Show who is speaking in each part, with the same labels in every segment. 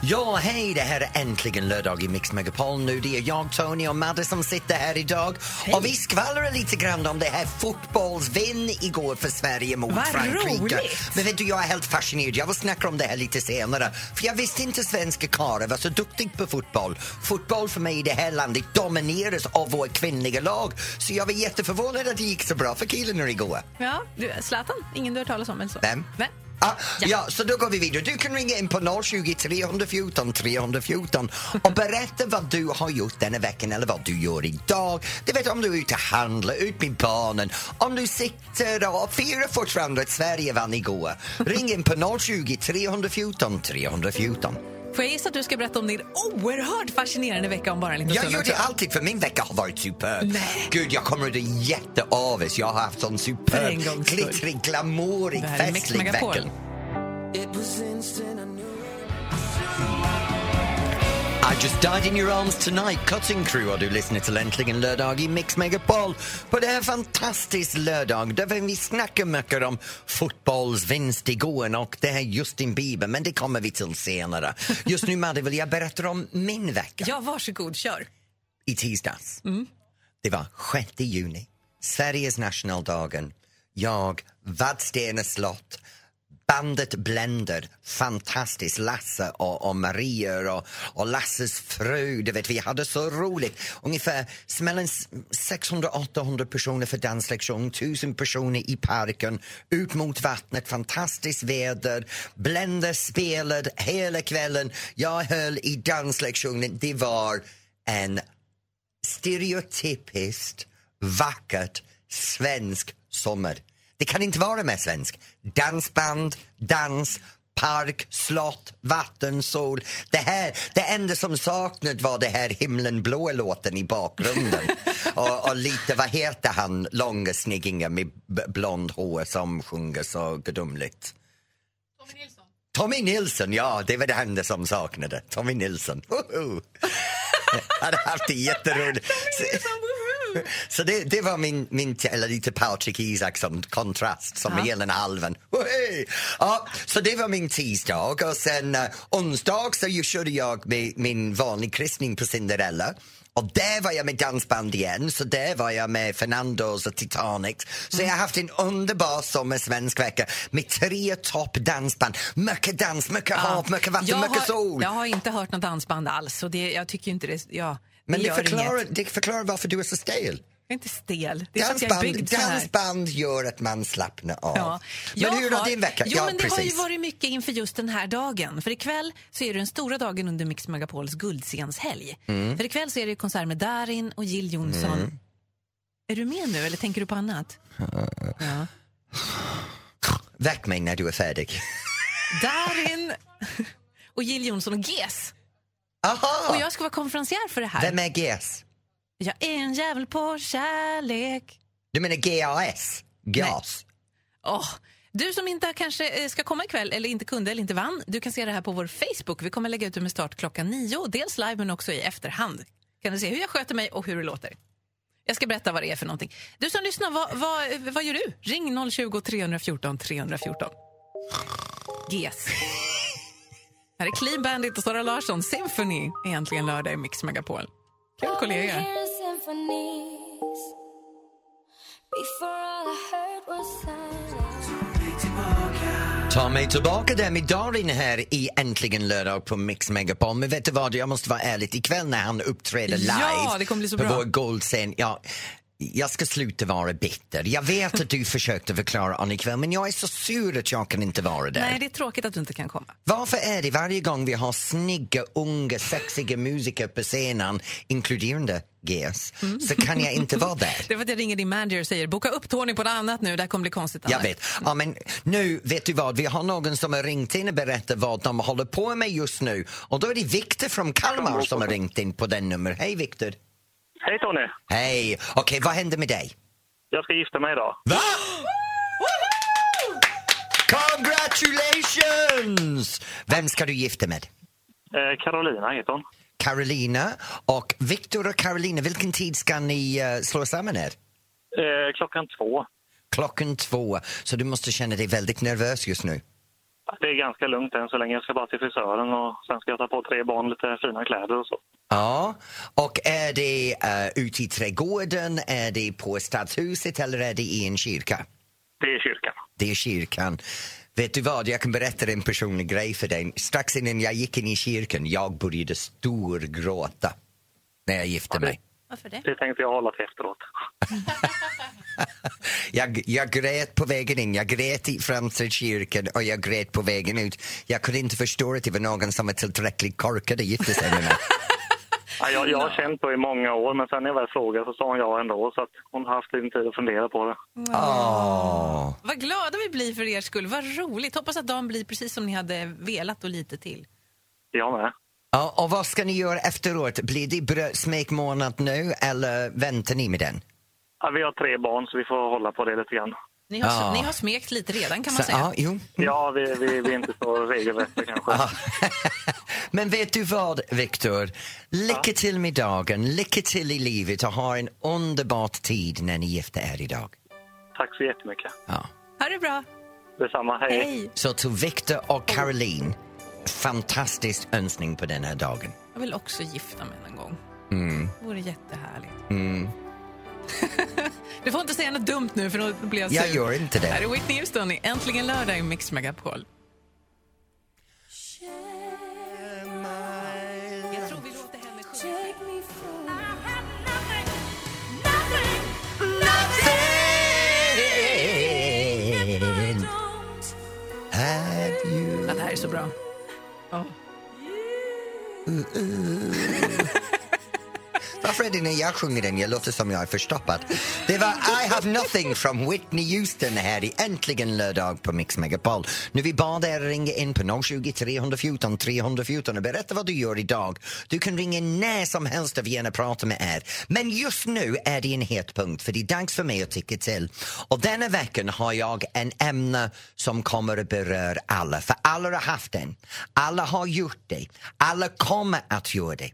Speaker 1: Ja, hej, det här är äntligen lördag i Mix Megapol nu. Det är jag, Tony och Madde som sitter här idag. Och vi skvallrar lite grann om det här fotbollsvinn igår för Sverige mot
Speaker 2: Vad
Speaker 1: Frankrike.
Speaker 2: roligt!
Speaker 1: Men vet du, jag är helt fascinerad. Jag vill snacka om det här lite senare. För jag visste inte svenska karlar var så duktiga på fotboll. Fotboll för mig i det här landet domineras av våra kvinnliga lag. Så jag var jätteförvånad att det gick så bra för killarna igår.
Speaker 2: Ja, du, Zlatan, ingen du har talat om eller så?
Speaker 1: Vem?
Speaker 2: Nej.
Speaker 1: Ah, ja. så då går vi vidare. Du kan ringa in på 020 314 314 och berätta vad du har gjort denna veckan eller vad du gör idag. Du vet om du är ute och handlar, ut med barnen, om du sitter och firar fortfarande att Sverige vann igår. Ring in på 020 314 314.
Speaker 2: Får jag gissa att du ska berätta om din oerhört fascinerande vecka om bara en liten
Speaker 1: Jag
Speaker 2: stund?
Speaker 1: gör det
Speaker 2: också?
Speaker 1: alltid för min vecka har varit superb.
Speaker 2: Nej.
Speaker 1: Gud, jag kommer att bli jätteavis. Jag har haft en
Speaker 2: För en
Speaker 1: superb,
Speaker 2: gångs skull.
Speaker 1: glittrig, glamourig,
Speaker 2: Det här är Mix
Speaker 1: festlig
Speaker 2: Megapol.
Speaker 1: vecka. I just died in your arms tonight. Cutting crew har du lyssnat till Äntligen lördag i Mix Megapol. På det här fantastiskt lördag där vi snackar mycket om fotbollsvinst igår och det här Justin Bieber, men det kommer vi till senare. Just nu Madde vill jag berätta om min vecka
Speaker 2: Ja, varsågod, kör.
Speaker 1: i tisdags. Det var 6 juni, Sveriges nationaldagen. Jag, Vadstena slott, bandet Blender, fantastiskt, Lasse och, och Maria och, och Lasses fru. Du vet, vi hade så roligt. Ungefär mellan 600-800 personer för danslektion, 1000 personer i parken, ut mot vattnet, fantastiskt väder. Blender spelade hela kvällen. Jag höll i danslektionen. Det var en stereotypiskt vackert svensk sommar. Det kan inte vara mer svensk. Dansband, dans, park, slott, vatten, sol. Det, här, det enda som saknades var det här himlen blå-låten i bakgrunden. och, och lite, vad heter han, långa sniggingen med b- blond hår som sjunger så gudomligt? Tommy Nilsson, ja, det var det enda som saknade. Tommy Nilsson. Woho! Jag hade haft det jätteroligt. Så, så det, det var min, min, eller lite Patrik Isak som kontrast, som ja. Elen Halven. Wohej! Ja, så det var min tisdag och sen eh, onsdag så ju körde jag med min vanlig kryssning på Cinderella. Och där var jag med dansband igen, så där var jag med Fernandos och Titanic. Så jag har haft en underbar sommar, svensk vecka, med tre toppdansband. Mycket dans, mycket hav, mycket vatten,
Speaker 2: jag
Speaker 1: mycket
Speaker 2: har,
Speaker 1: sol.
Speaker 2: Jag har inte hört något dansband alls och det, jag tycker ju inte det... Ja,
Speaker 1: Men det
Speaker 2: gör
Speaker 1: förklarar,
Speaker 2: inget.
Speaker 1: det förklarar varför du är så stel.
Speaker 2: Jag är inte stel. Det är för att jag är
Speaker 1: Dansband,
Speaker 2: byggd så här.
Speaker 1: dansband gör att man slappnar av.
Speaker 2: Ja. Jag
Speaker 1: Men hur har din vecka?
Speaker 2: Jo,
Speaker 1: ja,
Speaker 2: men det har ju
Speaker 1: precis.
Speaker 2: varit mycket inför just den här dagen. För ikväll så är det den stora dagen under Mix Megapols guldscenshelg.
Speaker 1: Mm.
Speaker 2: För ikväll så är det ju konsert med Darin och Jill Johnson. Är du med nu eller tänker du på annat? Ja.
Speaker 1: Väck mig när du är färdig.
Speaker 2: Darin och Jill Johnson och GES.
Speaker 1: Aha!
Speaker 2: Och jag ska vara konferencier för det här.
Speaker 1: Vem är GS?
Speaker 2: Jag är en jävel på kärlek.
Speaker 1: Du menar GAS? GAS?
Speaker 2: Åh, Du som inte kanske eh, ska komma ikväll eller inte kunde eller inte vann, du kan se det här på vår Facebook. Vi kommer lägga ut det med start klockan nio, dels live men också i efterhand. Kan du se hur jag sköter mig och hur det låter. Jag ska berätta vad det är för någonting. Du som lyssnar, vad, vad, vad gör du? Ring 020 314 314. GES. Här är Clean Bandit och Sara Larsson, Symphony. Egentligen lördag i Mix Megapol. Kul kollega.
Speaker 1: Ta mig tillbaka där med Darin här i Äntligen lördag på Mix Megapol. Men vet du vad, jag måste vara ärlig, ikväll när han uppträder live
Speaker 2: Ja, det kommer bli så
Speaker 1: på
Speaker 2: bra.
Speaker 1: vår goldscen, ja, jag ska sluta vara bitter. Jag vet att du försökte förklara Annie ikväll, men jag är så sur att jag kan inte vara där.
Speaker 2: Nej, det är tråkigt att du inte kan komma.
Speaker 1: Varför är det varje gång vi har snygga, unga, sexiga musiker på scenen, inkluderande GS, så kan jag inte vara där?
Speaker 2: Det är för att jag ringer din manager och säger boka upp Tony på något annat nu, det här kommer bli konstigt annars.
Speaker 1: Jag vet. Ja, men nu, vet du vad? Vi har någon som har ringt in och berättat vad de håller på med just nu. Och då är det Viktor från Kalmar som har ringt in på den nummer. Hej Viktor!
Speaker 3: Hej Tony!
Speaker 1: Hej! Okej, vad händer med dig?
Speaker 3: Jag ska gifta mig idag.
Speaker 1: Va? Congratulations! Vem ska du gifta med?
Speaker 3: Eh, Carolina heter hon.
Speaker 1: Carolina och Viktor och Carolina, vilken tid ska ni eh, slå samman er?
Speaker 3: Eh, klockan två.
Speaker 1: klockan två så du måste känna dig väldigt nervös just nu.
Speaker 3: Det är ganska lugnt än så länge. Jag ska bara till frisören och sen ska jag ta på tre barn lite fina kläder och så.
Speaker 1: Ja, och är det uh, ute i trädgården, är det på stadshuset eller är det i en kyrka?
Speaker 3: Det är kyrkan.
Speaker 1: det är kyrkan. Vet du vad, jag kan berätta en personlig grej för dig. Strax innan jag gick in i kyrkan, jag började storgråta när jag gifte mig.
Speaker 2: Varför det?
Speaker 3: Det tänkte jag hålla till efteråt.
Speaker 1: Jag, jag grät på vägen in, jag grät i framför kyrkan och jag grät på vägen ut. Jag kunde inte förstå att det var någon som var tillräckligt korkad och gifte sig med mig.
Speaker 3: Ja, jag, jag har känt på i många år, men sen när jag väl frågade så sa hon ja ändå. Så att hon har haft lite tid att fundera på det.
Speaker 1: Åh.
Speaker 2: Vad glada vi blir för er skull. Vad roligt. Hoppas att dagen blir precis som ni hade velat och lite till.
Speaker 3: Jag med.
Speaker 1: Ja, och vad ska ni göra efteråt? Blir det brö- smekmånad nu eller väntar ni med den?
Speaker 3: Ja, vi har tre barn, så vi får hålla på det lite grann.
Speaker 2: Ni har,
Speaker 1: Ja.
Speaker 2: ni har smekt lite redan kan man
Speaker 1: Så-
Speaker 2: säga.
Speaker 1: ja, jo.
Speaker 3: Ja, vi, vi, vi är inte så regelrätta kanske.
Speaker 1: Men vet du vad, Viktor? Lycka till med dagen, lycka till i livet och ha en underbart tid när ni gifter er idag.
Speaker 3: Tack så jättemycket.
Speaker 1: Ja.
Speaker 2: Ha det bra.
Speaker 3: Detsamma. Hej.
Speaker 2: Hej.
Speaker 1: Så till Viktor och Caroline, fantastisk önskning på den här dagen.
Speaker 2: Jag vill också gifta mig någon gång.
Speaker 1: Mm.
Speaker 2: Det vore jättehärligt. du får inte säga något dumt nu för då blir jag sur.
Speaker 1: Jag gör inte
Speaker 2: Här
Speaker 1: det.
Speaker 2: är Whitney Houston i Äntligen lördag i Mix Megapol. Jag tror vi låter henne sjunga.
Speaker 1: Have you-
Speaker 2: Ja, det här är så bra. Ja.
Speaker 1: Varför är det när jag sjunger den jag låter som jag är förstoppad? Det var I have nothing från Whitney Houston här i Äntligen lördag på Mix Megapol. Nu vi bad er ringa in på 020 314 314 och berätta vad du gör idag. Du kan ringa när som helst och vi gärna prata med er. Men just nu är det en het punkt för det är dags för mig att tycka till. Och denna veckan har jag en ämne som kommer att beröra alla. För alla har haft den. Alla har gjort det. Alla kommer att göra det.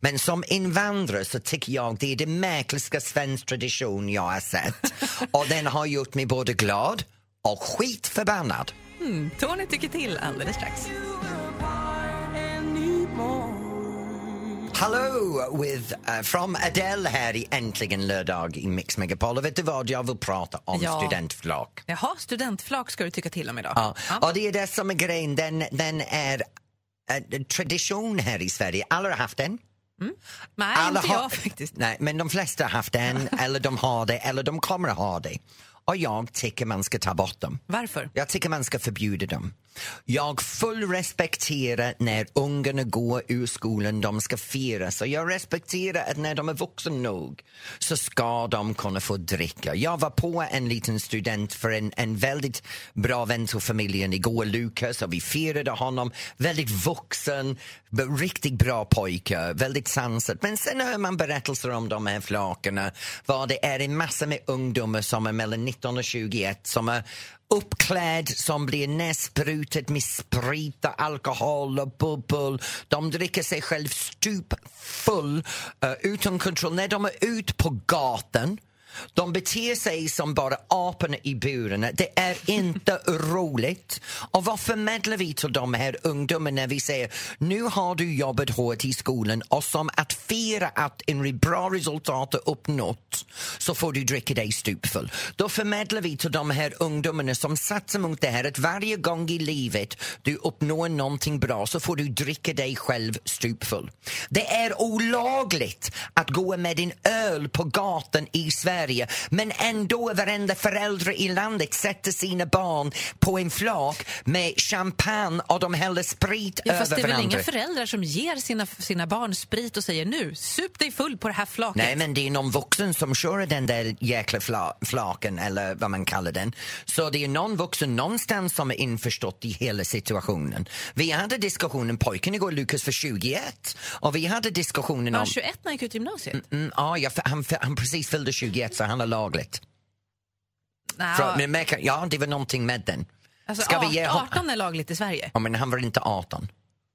Speaker 1: Men som invandrare så tycker jag det är den märkligaste svensk tradition jag har sett. Och den har gjort mig både glad och skitförbannad.
Speaker 2: Mm, Tony tycker till alldeles strax.
Speaker 1: Hello with, uh, from Adele här i Äntligen lördag i Mix Megapol. Och vet du vad, jag vill prata om
Speaker 2: Ja.
Speaker 1: studentflak.
Speaker 2: Jaha, studentflak ska du tycka till om idag.
Speaker 1: Ja. Och det är det som är grejen, den, den är en tradition här i Sverige. Alla har haft den.
Speaker 2: Nej,
Speaker 1: Alla
Speaker 2: inte
Speaker 1: har-
Speaker 2: jag faktiskt.
Speaker 1: Nej, men de flesta har haft den, eller de har det, eller de kommer att ha det. Och jag tycker man ska ta bort dem.
Speaker 2: Varför?
Speaker 1: Jag tycker man ska förbjuda dem. Jag full respekterar när ungarna går ur skolan, de ska fira. Så jag respekterar att när de är vuxna nog så ska de kunna få dricka. Jag var på en liten student för en, en väldigt bra vän till familjen igår, Lukas, och vi firade honom. Väldigt vuxen, b- riktigt bra pojke, väldigt sansad. Men sen hör man berättelser om de här flakorna, vad det är en massa med ungdomar som är mellan 19 och 21 som är uppklädd som blir nässprutet med sprit och alkohol och bubbel. De dricker sig själv stupfull, eh, utan kontroll. När de är ute på gatan de beter sig som bara aporna i buren. Det är inte roligt. Och vad förmedlar vi till de här ungdomarna när vi säger nu har du jobbat hårt i skolan och som att fira att en bra resultat är uppnått så får du dricka dig stupfull. Då förmedlar vi till de här ungdomarna som satsar mot det här att varje gång i livet du uppnår någonting bra så får du dricka dig själv stupfull. Det är olagligt att gå med din öl på gatan i Sverige men ändå varenda förälder i landet sätter sina barn på en flak med champagne och de häller sprit
Speaker 2: Ja,
Speaker 1: över
Speaker 2: fast det är väl
Speaker 1: varandra.
Speaker 2: inga föräldrar som ger sina, sina barn sprit och säger nu, sup dig full på det här flaket.
Speaker 1: Nej, men det är någon vuxen som kör den där jäkla fla- flaken eller vad man kallar den. Så det är någon vuxen någonstans som är införstått i hela situationen. Vi hade diskussionen, pojken igår, Lukas för 21 och vi hade diskussionen
Speaker 2: Var han
Speaker 1: om,
Speaker 2: 21 när han gick ut gymnasiet?
Speaker 1: mm, ja, jag, han, han precis fyllde 21 så han är lagligt.
Speaker 2: Nej,
Speaker 1: För, men, märker- ja, det var någonting med den.
Speaker 2: alltså,
Speaker 1: ska vi ge
Speaker 2: 18,
Speaker 1: hon-
Speaker 2: 18 är lagligt i Sverige.
Speaker 1: Ja, men han var inte 18,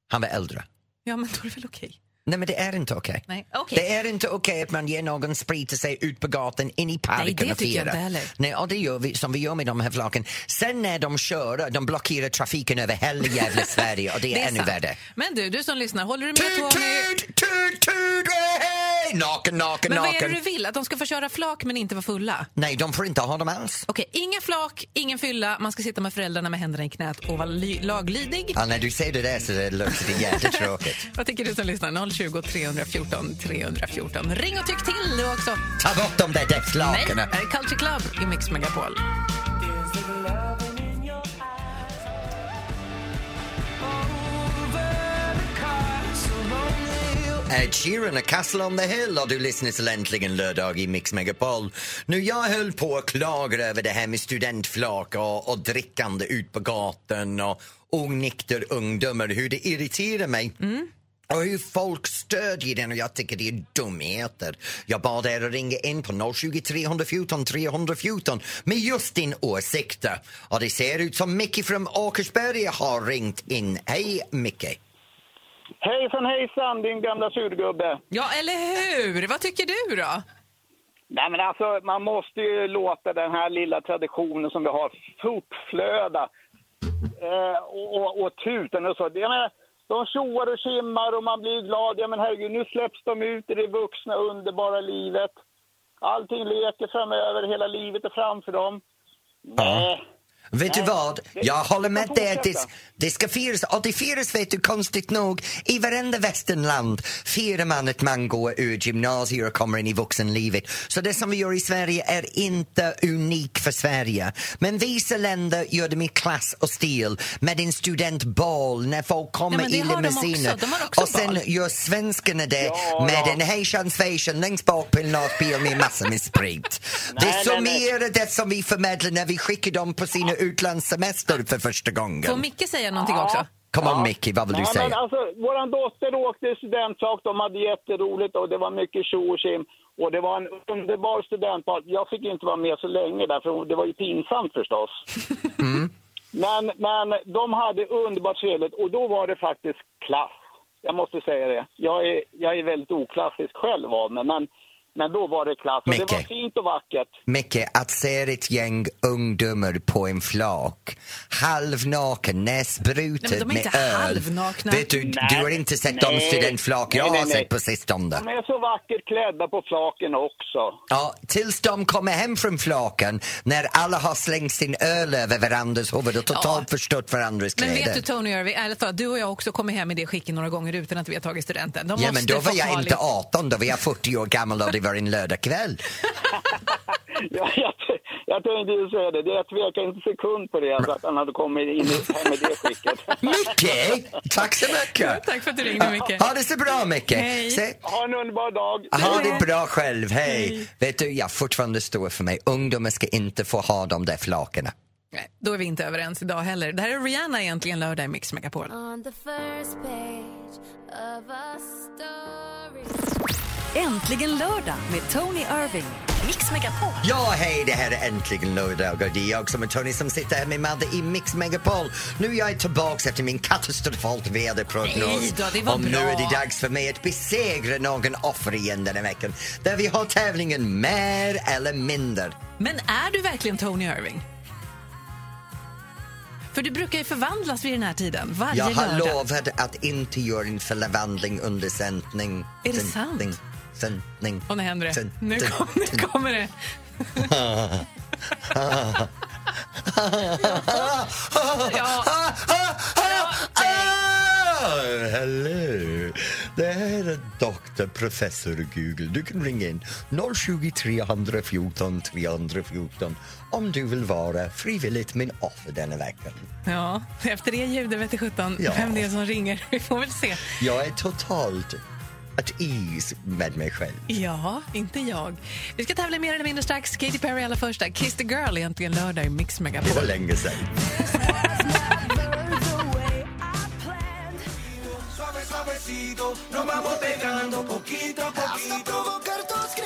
Speaker 1: han var äldre.
Speaker 2: Ja, men då är det väl okej.
Speaker 1: Nej men det är inte okej.
Speaker 2: Nej, okej.
Speaker 1: Det är inte okej att man ger någon sprit och sig ut på gatan, in i parken
Speaker 2: Nej, det
Speaker 1: och
Speaker 2: tycker jag
Speaker 1: fira.
Speaker 2: inte heller.
Speaker 1: Nej, och det gör vi som vi gör med de här flaken. Sen när de kör, de blockerar trafiken över hela jävla Sverige och det är, ännu
Speaker 2: sant.
Speaker 1: värre.
Speaker 2: Men du, du som lyssnar, håller du med
Speaker 1: Tut,
Speaker 2: Tony?
Speaker 1: tut, tut, tut, hej! Naken, naken,
Speaker 2: Men vad är det du
Speaker 1: naken.
Speaker 2: vill? Att de ska få köra flak men inte vara fulla?
Speaker 1: Nej, de får inte ha dem alls.
Speaker 2: Okej, inga flak, ingen fylla, man ska sitta med föräldrarna med händerna i knät och vara ly- laglydig.
Speaker 1: Ja, när du säger det där så det låter det jättetråkigt.
Speaker 2: Vad tycker du som lyssnar? 020 314 314. Ring och tyck till du också.
Speaker 1: Ta bort de där
Speaker 2: Nej,
Speaker 1: däckflakorna.
Speaker 2: här är Culture Club i Mix Megapol.
Speaker 1: Ed Sheeran och Castle on the Hill och du lyssnar till Äntligen lördag i Mix Megapol. Nu jag höll på att klaga över det här med studentflak och, och drickande ut på gatan och onykter ungdomar, hur det irriterar mig. Och hur folk stödjer den och jag tycker det är dumheter. Jag bad er att ringa in på 020 314 314 med just din åsikter. Och det ser ut som Micke från Åkersberga har ringt in. Hej Micke!
Speaker 4: Hejsan hejsan din gamla surgubbe.
Speaker 2: Ja, eller hur? Vad tycker du då?
Speaker 4: Nej men alltså man måste ju låta den här lilla traditionen som vi har fortflöda. Eh, och, och, och tutan och så. Jag menar, de tjoar och kimmar och man blir glad. Ja men herregud nu släpps de ut i det vuxna underbara livet. Allting leker framöver, hela livet är framför dem. Nej.
Speaker 1: Vet du
Speaker 4: Nej,
Speaker 1: vad?
Speaker 4: det-
Speaker 1: Jag håller med
Speaker 4: jag
Speaker 1: dig att det,
Speaker 4: fortsätter.
Speaker 1: det ska firas. Och det firas, vet du, konstigt nog, i varenda västernland firar man att man går ur gymnasiet och kommer in i vuxenlivet. Så det som vi gör i Sverige är inte unikt för Sverige. Men vissa länder gör det med klass och stil, med en studentbal när folk kommer
Speaker 2: men det
Speaker 1: i
Speaker 2: har de också.
Speaker 1: limousiner.
Speaker 2: De har också
Speaker 1: och sen
Speaker 2: bal.
Speaker 1: gör svenskarna det
Speaker 4: Ja,
Speaker 1: med
Speaker 4: ja.
Speaker 1: en hejsan svejsan längst bak på en lastbil med massor med sprit. det är
Speaker 4: Nej,
Speaker 1: så
Speaker 4: nej, nej.
Speaker 1: mer är det det som vi förmedlar när vi skickar dem på sina utlandssemester för första
Speaker 2: Får
Speaker 1: gången?
Speaker 2: Micke säga någonting
Speaker 4: Ja.
Speaker 2: också?
Speaker 1: Kom on Mickey, vad vill du
Speaker 4: Nej, men
Speaker 1: säga?
Speaker 4: alltså, våran dotter åkte i studentsak, de hade jätteroligt och det var mycket tjo och tjim. Och det var en underbar studentbal. Jag fick inte vara med så länge där, för det var ju pinsamt förstås.
Speaker 1: Mm.
Speaker 4: Men, men de hade underbart trevligt och då var det faktiskt klass. Jag måste säga det. Jag är, jag är väldigt oklassisk själv av mig, men, men då var det klass. Och det var
Speaker 1: Micke.
Speaker 4: fint och vackert.
Speaker 1: Micke, att se ett gäng ungdomar på en flak, halvnaken,
Speaker 2: Nej, men
Speaker 1: näsbrutet
Speaker 2: de är
Speaker 1: med
Speaker 2: inte
Speaker 1: öl.
Speaker 2: halvnakna.
Speaker 1: Vet du, du har inte sett de
Speaker 4: Nej.
Speaker 1: studentflak jag
Speaker 4: Nej, nej,
Speaker 1: har
Speaker 4: nej.
Speaker 1: sett på sistone.
Speaker 4: De är så vackert klädda på flaken också.
Speaker 1: Ja, tills de kommer hem från flaken när alla har slängt sin öl över varandras huvud och totalt förstört varandras
Speaker 2: Men
Speaker 1: kläder.
Speaker 2: vet du Tony Irving, ärligt talat, du och jag har också kommit hem i det skicket några gånger utan att vi har tagit studenten. De
Speaker 1: Ja, men
Speaker 2: måste
Speaker 1: då var
Speaker 2: få
Speaker 1: jag
Speaker 2: ha
Speaker 1: inte
Speaker 2: lite-
Speaker 1: 18, då var jag 40 år gammal och det var en lördagkväll.
Speaker 4: Ja, jag, jag tänkte ju säga det. Jag tvekade inte en sekund på det, alltså, att han hade kommit in i, hem i det skicket.
Speaker 1: Micke! Tack så mycket!
Speaker 2: Tack för att du ringde Micke.
Speaker 1: Ha det så bra, Micke!
Speaker 2: Hej.
Speaker 1: Se-
Speaker 4: Ha en underbar dag!
Speaker 1: Ha det bra själv, hej! Vet du, jag fortfarande står för mig, ungdomar ska inte få ha de där flakorna.
Speaker 2: Nej, Då är vi inte överens idag heller. Det här är Rihanna egentligen lördag i Mix Megapol.
Speaker 5: On the first page of a story.
Speaker 6: Äntligen lördag med Tony Irving. Mix Megapol.
Speaker 1: Ja, hej, det här är äntligen lördag och det är jag som är Tony som sitter här med Madde i Mix Megapol. Nu är jag tillbaka efter min katastrofalt väderprognos.
Speaker 2: Nej då, det var
Speaker 1: och nu
Speaker 2: bra.
Speaker 1: är det dags för mig att besegra någon offer igen den här veckan. Där vi har tävlingen mer eller mindre.
Speaker 2: Men är du verkligen Tony Irving? För du brukar ju förvandlas vid den här tiden, varje
Speaker 1: Jag har
Speaker 2: lördag.
Speaker 1: lovat att inte göra en förvandling under sändning.
Speaker 2: Är det
Speaker 1: Sändning,
Speaker 2: sant?
Speaker 1: Sändning.
Speaker 2: Och nu händer det.
Speaker 1: Sen-
Speaker 2: Nu,
Speaker 1: sen-
Speaker 2: kom, nu kommer det. ja,
Speaker 1: Ah, ah, ah, ah! Hello! Det här är doktor professor Google. Du kan ringa in 020 314 314 om du vill vara frivilligt min offer denna veckan.
Speaker 2: ja, efter det ljudet vete sjutton
Speaker 1: Ja.
Speaker 2: vem det är som ringer. Vi får väl se.
Speaker 1: Jag är totalt att is med mig själv.
Speaker 2: Ja, inte jag. Vi ska tävla mer eller mindre strax. Katy Perry allra första. Kiss the girl egentligen lördag i Mix
Speaker 1: Det var
Speaker 2: Megapol.
Speaker 1: länge sedan.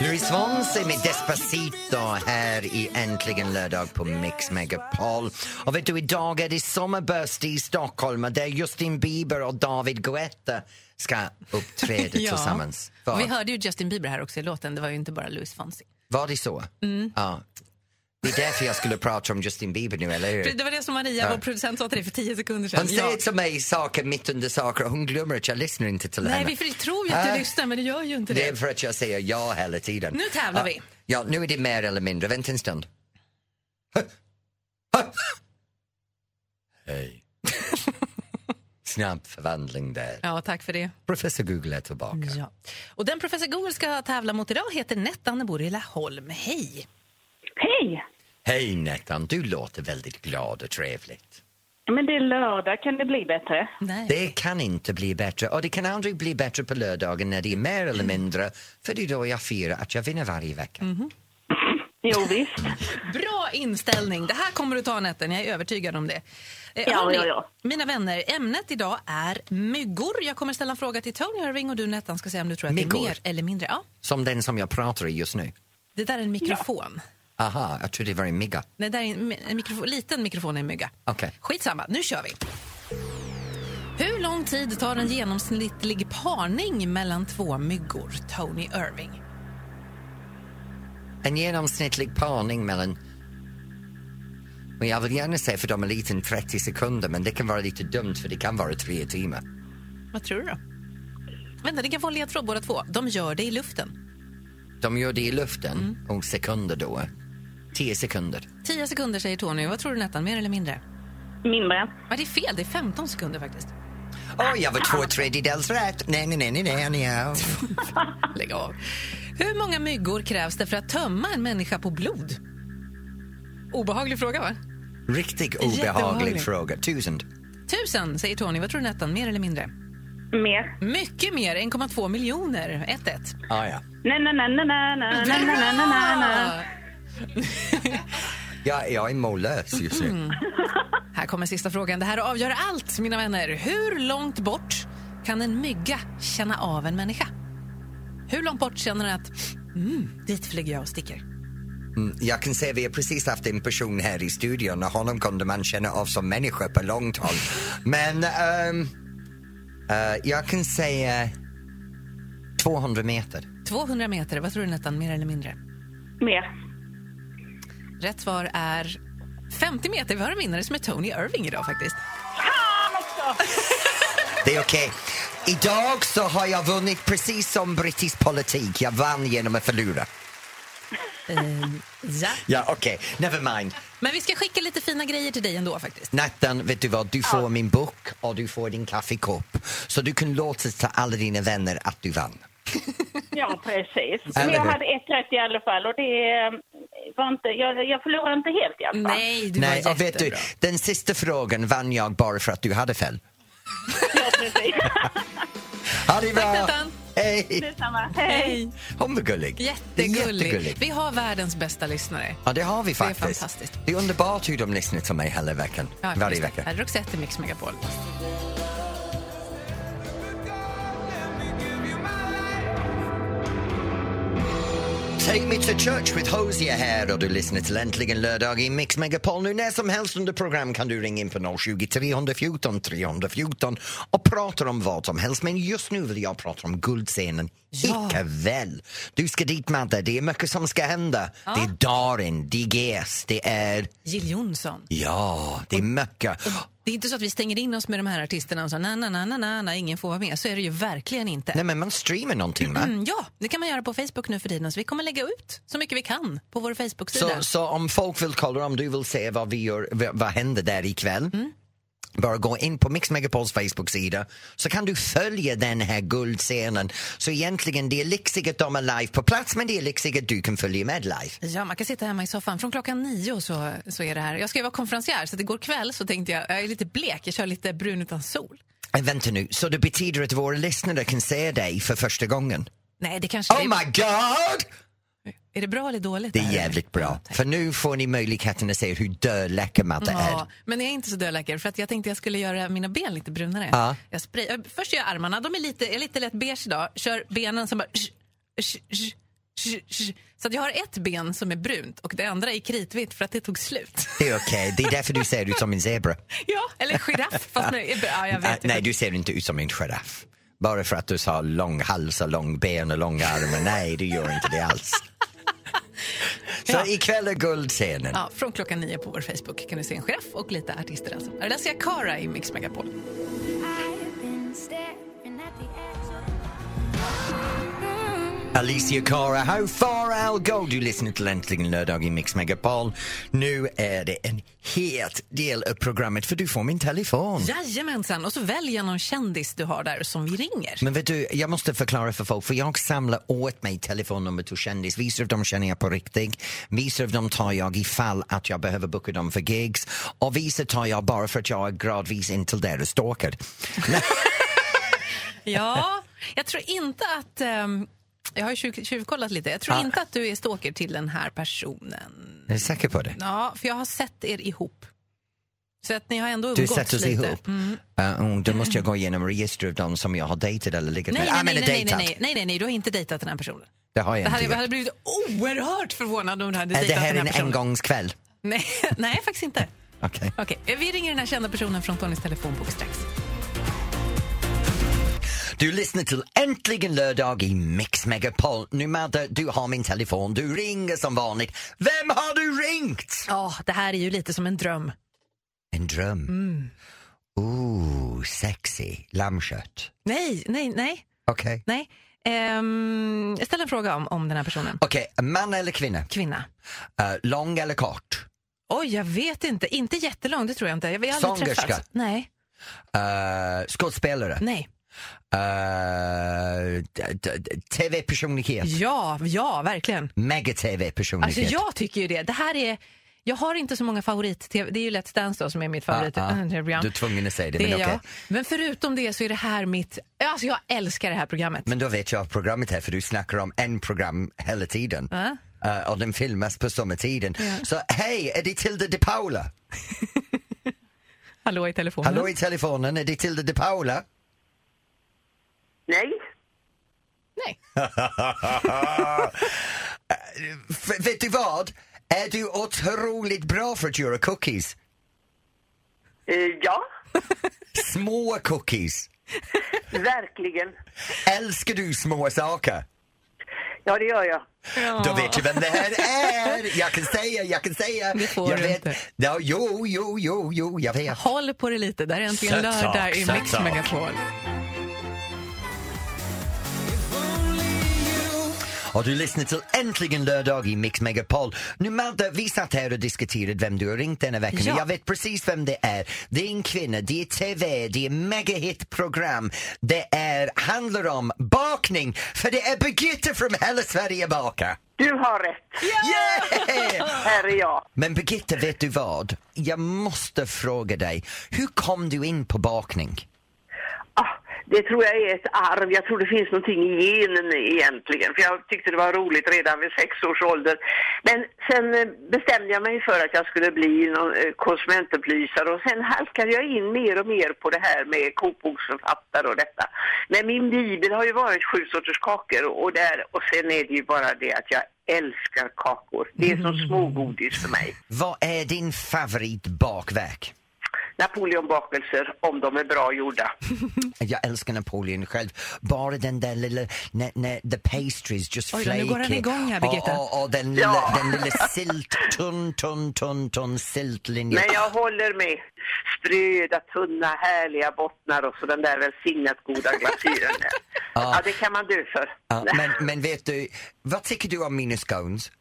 Speaker 1: Louis Fonsi med Despacito här i Äntligen lördag på Mix Megapol. Och vet du, idag är det sommarböst i Stockholm och där Justin Bieber och David Guetta ska uppträda
Speaker 2: Ja.
Speaker 1: tillsammans. Var,
Speaker 2: Och Vi hörde ju Justin Bieber här också i låten, det var ju inte bara Louis Fonsi.
Speaker 1: var det så?
Speaker 2: Mm.
Speaker 1: Ja. Det är därför jag skulle prata om Justin Bieber nu, eller hur?
Speaker 2: Det var det som Maria, vår producent, sa till dig för tio sekunder sedan.
Speaker 1: Hon säger till mig saker mitt under saker och hon glömmer att jag lyssnar inte till
Speaker 2: Nej,
Speaker 1: henne.
Speaker 2: vi för vi tror ju att du
Speaker 1: Äh.
Speaker 2: lyssnar, men det gör ju inte
Speaker 1: Det är
Speaker 2: det.
Speaker 1: för att jag säger ja hela tiden.
Speaker 2: Nu tävlar
Speaker 1: Ja.
Speaker 2: vi.
Speaker 1: Ja, nu är det mer eller mindre. Vänta en stund. Hej. Snabb förvandling där.
Speaker 2: Ja, tack för det.
Speaker 1: Professor Google är tillbaka.
Speaker 2: Ja. Och den professor Google ska tävla mot idag heter Nettan och bor i Laholm. Hej!
Speaker 7: Hej!
Speaker 1: Hej Nettan, du låter väldigt glad och trevligt.
Speaker 7: Men det är lördag, kan det bli bättre?
Speaker 2: Nej.
Speaker 1: Det kan inte bli bättre och det kan aldrig bli bättre på lördagen när det är mer eller
Speaker 2: Mm.
Speaker 1: mindre för det är då jag firar att jag vinner varje vecka.
Speaker 2: Mhm.
Speaker 7: Jo, visst.
Speaker 2: Bra inställning! Det här kommer du ta Netten, jag är övertygad om det. Eh,
Speaker 7: Ja, ja, ja.
Speaker 2: Mina vänner, ämnet idag är myggor. Jag kommer ställa en fråga till Tony Irving och du Nettan ska säga om du tror att det
Speaker 1: Myggor?
Speaker 2: är mer eller mindre. Ja,
Speaker 1: Som den som jag pratar i just nu.
Speaker 2: det där är en mikrofon.
Speaker 1: Aha, jag tror det var en mygga.
Speaker 2: Nej, där är en, en mikrofon, liten mikrofon är en mygga.
Speaker 1: Okej.
Speaker 2: Skitsamma, nu kör vi. Hur lång tid tar en genomsnittlig parning mellan två myggor, Tony Irving?
Speaker 1: En genomsnittlig parning mellan... Men jag vill gärna säga för dem är liten 30 sekunder men det kan vara lite dumt för det kan vara tre timmar.
Speaker 2: Vad tror du då? Vänta, det kan vara en ledtråd båda två. De gör det i luften.
Speaker 1: De gör det i luften och sekunder då. 10 sekunder.
Speaker 2: Tio sekunder säger Tony. Vad tror du Nettan, mer eller mindre?
Speaker 7: Mindre.
Speaker 2: Ja, det är fel, det är 15 sekunder faktiskt.
Speaker 1: Åh, jag var två tredjedels rätt! Nej, nej, nej, nej, nej, nej.
Speaker 2: Lägg av. Hur många myggor krävs det för att tömma en människa på blod? Obehaglig fråga, va?
Speaker 1: Riktigt obehaglig
Speaker 2: Jätteobehaglig.
Speaker 1: fråga. Tusen.
Speaker 2: Tusen, säger Tony. Vad tror du Nettan, mer eller mindre?
Speaker 7: Mer.
Speaker 2: Mycket mer, 1,2 miljoner. 1-1.
Speaker 1: Ah, ja.
Speaker 7: Nej, nej, nej, nej, nej, nej, nej, nej, nej, nej, nej.
Speaker 1: jag, jag är mållös just nu.
Speaker 2: Här kommer sista frågan. Det här avgör allt, mina vänner. Hur långt bort kan en mygga känna av en människa? Hur långt bort känner den att mm, dit flyger jag och sticker?
Speaker 1: Jag kan säga vi har precis haft en person här i studion och honom kunde man känna av som människa på långt håll. Men ehm, eh, jag kan säga 200 meter.
Speaker 2: 200 meter. Vad tror du, Nettan? Mer eller mindre?
Speaker 7: Mer.
Speaker 2: Rätt svar är 50 meter. Vi har en vinnare som är Tony Irving idag faktiskt.
Speaker 1: Det är okej. Idag så har jag vunnit precis som brittisk politik. Jag vann genom att förlora.
Speaker 2: Ja.
Speaker 1: Ja, okej. Never mind.
Speaker 2: Men vi ska skicka lite fina grejer till dig ändå faktiskt.
Speaker 1: Natten, vet du vad? Du får min bok och du får din kaffekopp. Så du kan låta till alla dina vänner att du vann.
Speaker 7: Ja, precis.
Speaker 1: Eller
Speaker 7: Men jag
Speaker 1: hur?
Speaker 7: hade ett rätt i alla fall och det eh, var inte... Jag, jag förlorade inte helt i alla fall.
Speaker 2: Nej, du
Speaker 1: Nej,
Speaker 2: var
Speaker 1: och vet du,
Speaker 2: jättebra.
Speaker 1: den sista frågan vann jag bara för att du hade fel.
Speaker 7: Ja, precis.
Speaker 1: Ha det
Speaker 2: Tack,
Speaker 1: bra!
Speaker 2: Nathan.
Speaker 1: Hej!
Speaker 7: Detsamma. Hej.
Speaker 2: Hej.
Speaker 1: Hon var gullig.
Speaker 2: Jättegullig.
Speaker 1: Jättegullig.
Speaker 2: Vi har världens bästa lyssnare.
Speaker 1: Ja, det har vi
Speaker 2: är
Speaker 1: faktiskt.
Speaker 2: fantastiskt.
Speaker 1: Det är underbart hur de lyssnar till mig hela veckan.
Speaker 2: Ja,
Speaker 1: varje
Speaker 2: just det.
Speaker 1: vecka.
Speaker 2: Här är Roxette i Mix Megapol.
Speaker 1: Take me to church with Hosier här och du lyssnar till Äntligen lördag i Mix Megapol. Nu när som helst under program kan du ringa in på 020 314 314 och prata om vad som helst. Men just nu vill jag prata om guldscenen ikväll. Du ska dit Madde, det är mycket som ska hända. Det är Darin, det är GES, det är...
Speaker 2: Jill Johnson.
Speaker 1: Ja, det är mycket.
Speaker 2: Det är inte så att vi stänger in oss med de här artisterna och så na, na, na, na, na, na, ingen får vara med. Så är det ju verkligen inte.
Speaker 1: Nej men man streamar någonting va?
Speaker 2: Mm, ja, det kan man göra på Facebook nu för tiden. Så vi kommer lägga ut så mycket vi kan på vår
Speaker 1: Så,
Speaker 2: Facebook-sida.
Speaker 1: så om folk vill kolla, om du vill se vad, vi gör, vad, vad händer där ikväll
Speaker 2: Mm.
Speaker 1: bara gå in på Mix Megapols Facebook-sida så kan du följa den här guldscenen. Så egentligen det är lyxigt att de är live på plats men det är lyxigt att du kan följa med live.
Speaker 2: Ja, man kan sitta hemma i soffan. Från klockan nio så, så är det här. Jag ska ju vara konferencier, så att igår kväll så tänkte jag, jag är lite blek, jag kör lite brun utan sol.
Speaker 1: Äh, vänta nu, så det betyder att våra lyssnare kan se dig för första gången?
Speaker 2: Nej, det kanske
Speaker 1: Oh
Speaker 2: är,
Speaker 1: my god!
Speaker 2: är det bra eller dåligt?
Speaker 1: Det
Speaker 2: här?
Speaker 1: är jävligt bra.
Speaker 2: Ja,
Speaker 1: För nu får ni möjligheten att se hur dödläcker Matte är.
Speaker 2: Ja, men jag är inte så dödläcker för att jag tänkte jag skulle göra mina ben lite brunare.
Speaker 1: Ja.
Speaker 2: Jag spray, jag- först gör jag armarna, de är lite, jag är lite lätt beige idag. Kör benen som bara... sh, sh, sh, sh- sh. Så att jag har ett ben som är brunt och det andra är kritvitt för att det tog slut.
Speaker 1: Det är okej, det är därför du ser ut som en zebra.
Speaker 2: ja, eller giraff. Fast med, ja, jag
Speaker 1: Äh,
Speaker 2: vet
Speaker 1: nej,
Speaker 2: inte.
Speaker 1: du ser inte ut som en giraff. Bara för att du har lång hals och lång ben och långa armar. Nej, du gör inte det alls. Så
Speaker 2: Ja.
Speaker 1: ikväll är guldscenen.
Speaker 2: Ja, från klockan nio på vår Facebook kan du se en giraff och lite artister. Alltså. Alessia Cara i Mix Megapol.
Speaker 5: I've been staring at the edge of
Speaker 1: Alicia Cara, How far I'll go. Du lyssnar till Äntligen lördag i Mix Megapol. Nu är det en het del av programmet för du får min telefon.
Speaker 2: Jajamensan, och så väljer någon kändis du har där som vi ringer.
Speaker 1: Men vet du, jag måste förklara för folk, för jag samlar åt mig telefonnummer till kändis. Vissa av dem känner jag på riktigt, vissa av dem tar jag ifall att jag behöver boka dem för gigs och vissa tar jag bara för att jag är gradvis in till deras stalker.
Speaker 2: Ja, jag tror inte att... ehm, jag har ju tjuv- tjuvkollat lite. Jag tror
Speaker 1: Ja.
Speaker 2: inte att du är stalker till den här personen.
Speaker 1: Är du säker på det?
Speaker 2: Ja, för jag har sett er ihop. Så att ni har ändå
Speaker 1: Du
Speaker 2: umgåtts
Speaker 1: sätter oss
Speaker 2: lite.
Speaker 1: ihop? Uh, mm, då måste jag gå igenom register av dem som jag har dejtat eller legat
Speaker 2: Nej,
Speaker 1: med.
Speaker 2: nej,
Speaker 1: Jag
Speaker 2: nej,
Speaker 1: menar
Speaker 2: nej, nej,
Speaker 1: Ah, dejtat.
Speaker 2: nej, nej, nej, nej, du har inte dejtat den här personen.
Speaker 1: Det har
Speaker 2: Det
Speaker 1: jag
Speaker 2: här, jag
Speaker 1: inte gjort.
Speaker 2: hade blivit oerhört förvånad om du hade
Speaker 1: Är
Speaker 2: dejtat
Speaker 1: det här
Speaker 2: den
Speaker 1: en
Speaker 2: här personen.
Speaker 1: engångskväll?
Speaker 2: Nej, nej, faktiskt inte.
Speaker 1: Okej.
Speaker 2: Okej, eh, vi ringer den här kända personen från Tonys telefonbok strax.
Speaker 1: Du lyssnar till Äntligen lördag i Mix Megapol. Nu Madde, du har min telefon. Du ringer som vanligt. Vem har du ringt?
Speaker 2: Ja, det här är ju lite som en dröm.
Speaker 1: En dröm.
Speaker 2: Mm.
Speaker 1: Ooh, sexy. Lammkött.
Speaker 2: Nej, nej, nej,
Speaker 1: Okej.
Speaker 2: nej. Ehm, jag ställer en fråga om, om den här personen.
Speaker 1: Okej, man eller kvinna?
Speaker 2: Kvinna.
Speaker 1: Eh, lång eller kort?
Speaker 2: Oj, jag vet inte. Inte jättelång, det tror jag inte. Jag har aldrig
Speaker 1: Sångerska.
Speaker 2: träffats. Nej,
Speaker 1: Eh, skådespelare?
Speaker 2: nej.
Speaker 1: Eh, d- d- d- TV-personlighet?
Speaker 2: Ja, ja, verkligen. Alltså
Speaker 1: Mega-TV-personlighet?
Speaker 2: jag tycker ju det. Det här är... Jag har inte så många favorit-tv. Det är ju Let's Dance då som är mitt favorit.
Speaker 1: Ah, ah.
Speaker 2: program.
Speaker 1: Du är tvungen att säga det,
Speaker 2: Det
Speaker 1: men
Speaker 2: är
Speaker 1: okej.
Speaker 2: jag. Men förutom det så är det här mitt... Alltså jag älskar det här programmet.
Speaker 1: Men då vet jag att programmet är för du snackar om en program hela tiden.
Speaker 2: Ja.
Speaker 1: Eh, och den filmas på sommartiden. Så hej, är det Tilda de Paula?
Speaker 2: Hallå i telefonen.
Speaker 1: Hallå i telefonen, är det Tilda de Paula?
Speaker 8: Nej,
Speaker 2: Nej.
Speaker 1: F- vet du vad? Är du otroligt bra för att göra cookies?
Speaker 8: eh, ja,
Speaker 1: Små cookies.
Speaker 8: verkligen.
Speaker 1: Älskar du små saker?
Speaker 8: Ja, det gör jag.
Speaker 1: Då vet du vem det här är! Jag kan säga, jag kan säga.
Speaker 2: Det får
Speaker 1: jag
Speaker 2: du
Speaker 1: vet.
Speaker 2: inte.
Speaker 1: Ja, jo, jo, jo, jo, jag vet.
Speaker 2: Håll på det lite. Där är äntligen
Speaker 1: Söt
Speaker 2: lördag
Speaker 1: sak,
Speaker 2: i
Speaker 1: söt
Speaker 2: Mix
Speaker 1: sak.
Speaker 2: Megapol.
Speaker 1: Och du lyssnar till Äntligen lördag i Mix Megapol. Nu Madde, vi satt här och diskuterade vem du har ringt denna veckan.
Speaker 2: Ja.
Speaker 1: Jag vet precis vem det är. Det är en kvinna, det är TV, det är megahitprogram. Det är, handlar om bakning, för det är Birgitta från Hela Sverige bakar.
Speaker 8: Du har rätt.
Speaker 1: Yeah!
Speaker 8: Här är jag.
Speaker 1: Men Birgitta, vet du vad? Jag måste fråga dig, hur kom du in på bakning?
Speaker 8: Ah, det tror jag är ett arv. Jag tror det finns någonting i genen egentligen. För jag tyckte det var roligt redan vid sex års ålder. Men sen eh, bestämde jag mig för att jag skulle bli någon eh, konsumentupplysare och sen halkade jag in mer och mer på det här med kokboksförfattare och detta. Men min bibel har ju varit sju sorters kakor och, där, och sen är det ju bara det att jag älskar kakor. Det är som smågodis för mig.
Speaker 1: Vad är din favoritbakverk?
Speaker 8: Napoleonbakelser, om de är bra gjorda.
Speaker 1: Jag älskar Napoleon själv. Bara den där lilla, när, när the pastries just
Speaker 2: Oj då, nu
Speaker 1: flaky.
Speaker 2: går den igång här, Birgitta.
Speaker 1: Och, och, och den lilla,
Speaker 8: Ja.
Speaker 1: den lilla silt, tunn, tunn, tunn, tunn siltlinjen.
Speaker 8: Men jag håller med. Spröda, tunna, härliga bottnar och så den där välsignat goda glasyren. där. Ja, det kan man dö för.
Speaker 1: Ja, men, men vet du, vad tycker du om mina scones?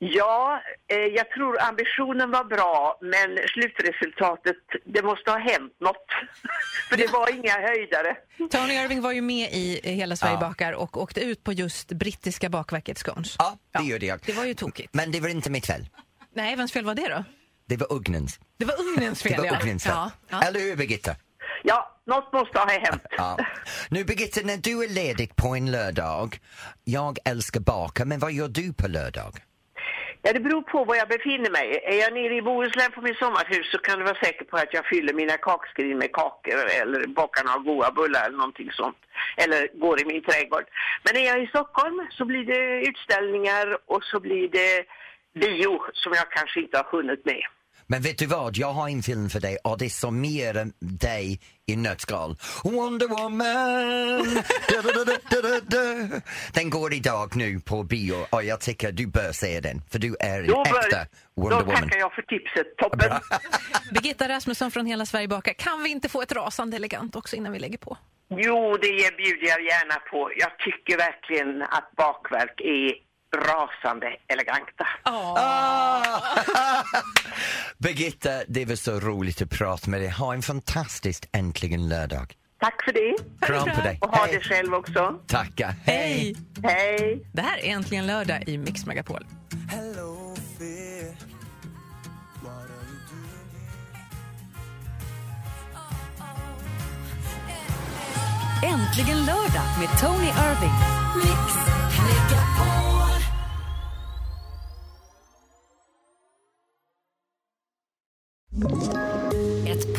Speaker 8: Ja, eh, jag tror ambitionen var bra, men slutresultatet, det måste ha hänt något. För det var inga höjdare.
Speaker 2: Tony Irving var ju med i eh, Hela Sverige
Speaker 1: Ja.
Speaker 2: bakar och åkte ut på just brittiska bakverket scones.
Speaker 1: Ja, det gjorde jag.
Speaker 2: Det var ju tokigt.
Speaker 1: Men det var inte mitt fel.
Speaker 2: Nej, vems fel var det då?
Speaker 1: Det var ugnens.
Speaker 2: Det var ugnens fel,
Speaker 1: Det var ugnens fel.
Speaker 2: ja. ja.
Speaker 1: Eller hur Birgitta?
Speaker 8: Ja, något måste ha hänt.
Speaker 1: Ja. Nu Birgitta, när du är ledig på en lördag, jag älskar baka, men vad gör du på lördag?
Speaker 8: Ja, det beror på var jag befinner mig. Är jag nere i Bohuslän på mitt sommarhus så kan du vara säker på att jag fyller mina kakskrin med kakor eller bakar några goda bullar eller någonting sånt. Eller går i min trädgård. Men är jag i Stockholm så blir det utställningar och så blir det bio som jag kanske inte har hunnit med.
Speaker 1: Men vet du vad, jag har en film för dig och det summerar dig i nötskal. Wonder Woman! Du, du, du, du, du, du. Den går idag nu på bio och jag tycker du bör se den för du är en
Speaker 8: Då,
Speaker 1: äkta
Speaker 8: då
Speaker 1: Wonder Woman.
Speaker 8: tackar jag för tipset. Toppen!
Speaker 2: Birgitta Rasmusson från Hela Sverige bakar. Kan vi inte få ett rasande elegant också innan vi lägger på?
Speaker 8: Jo, det bjuder jag gärna på. Jag tycker verkligen att bakverk är rasande eleganta.
Speaker 1: Ah! Birgitta, det var så roligt att prata med dig. Ha en fantastisk äntligen lördag.
Speaker 8: Tack för det.
Speaker 1: Kram på dig.
Speaker 8: Och ha
Speaker 1: Hej.
Speaker 8: det själv också.
Speaker 1: Tackar.
Speaker 2: Hej!
Speaker 8: Hej!
Speaker 2: Det här är Äntligen lördag i Mix Megapol.
Speaker 6: Äntligen lördag med Tony Irving. Mix Megapol.
Speaker 9: Ett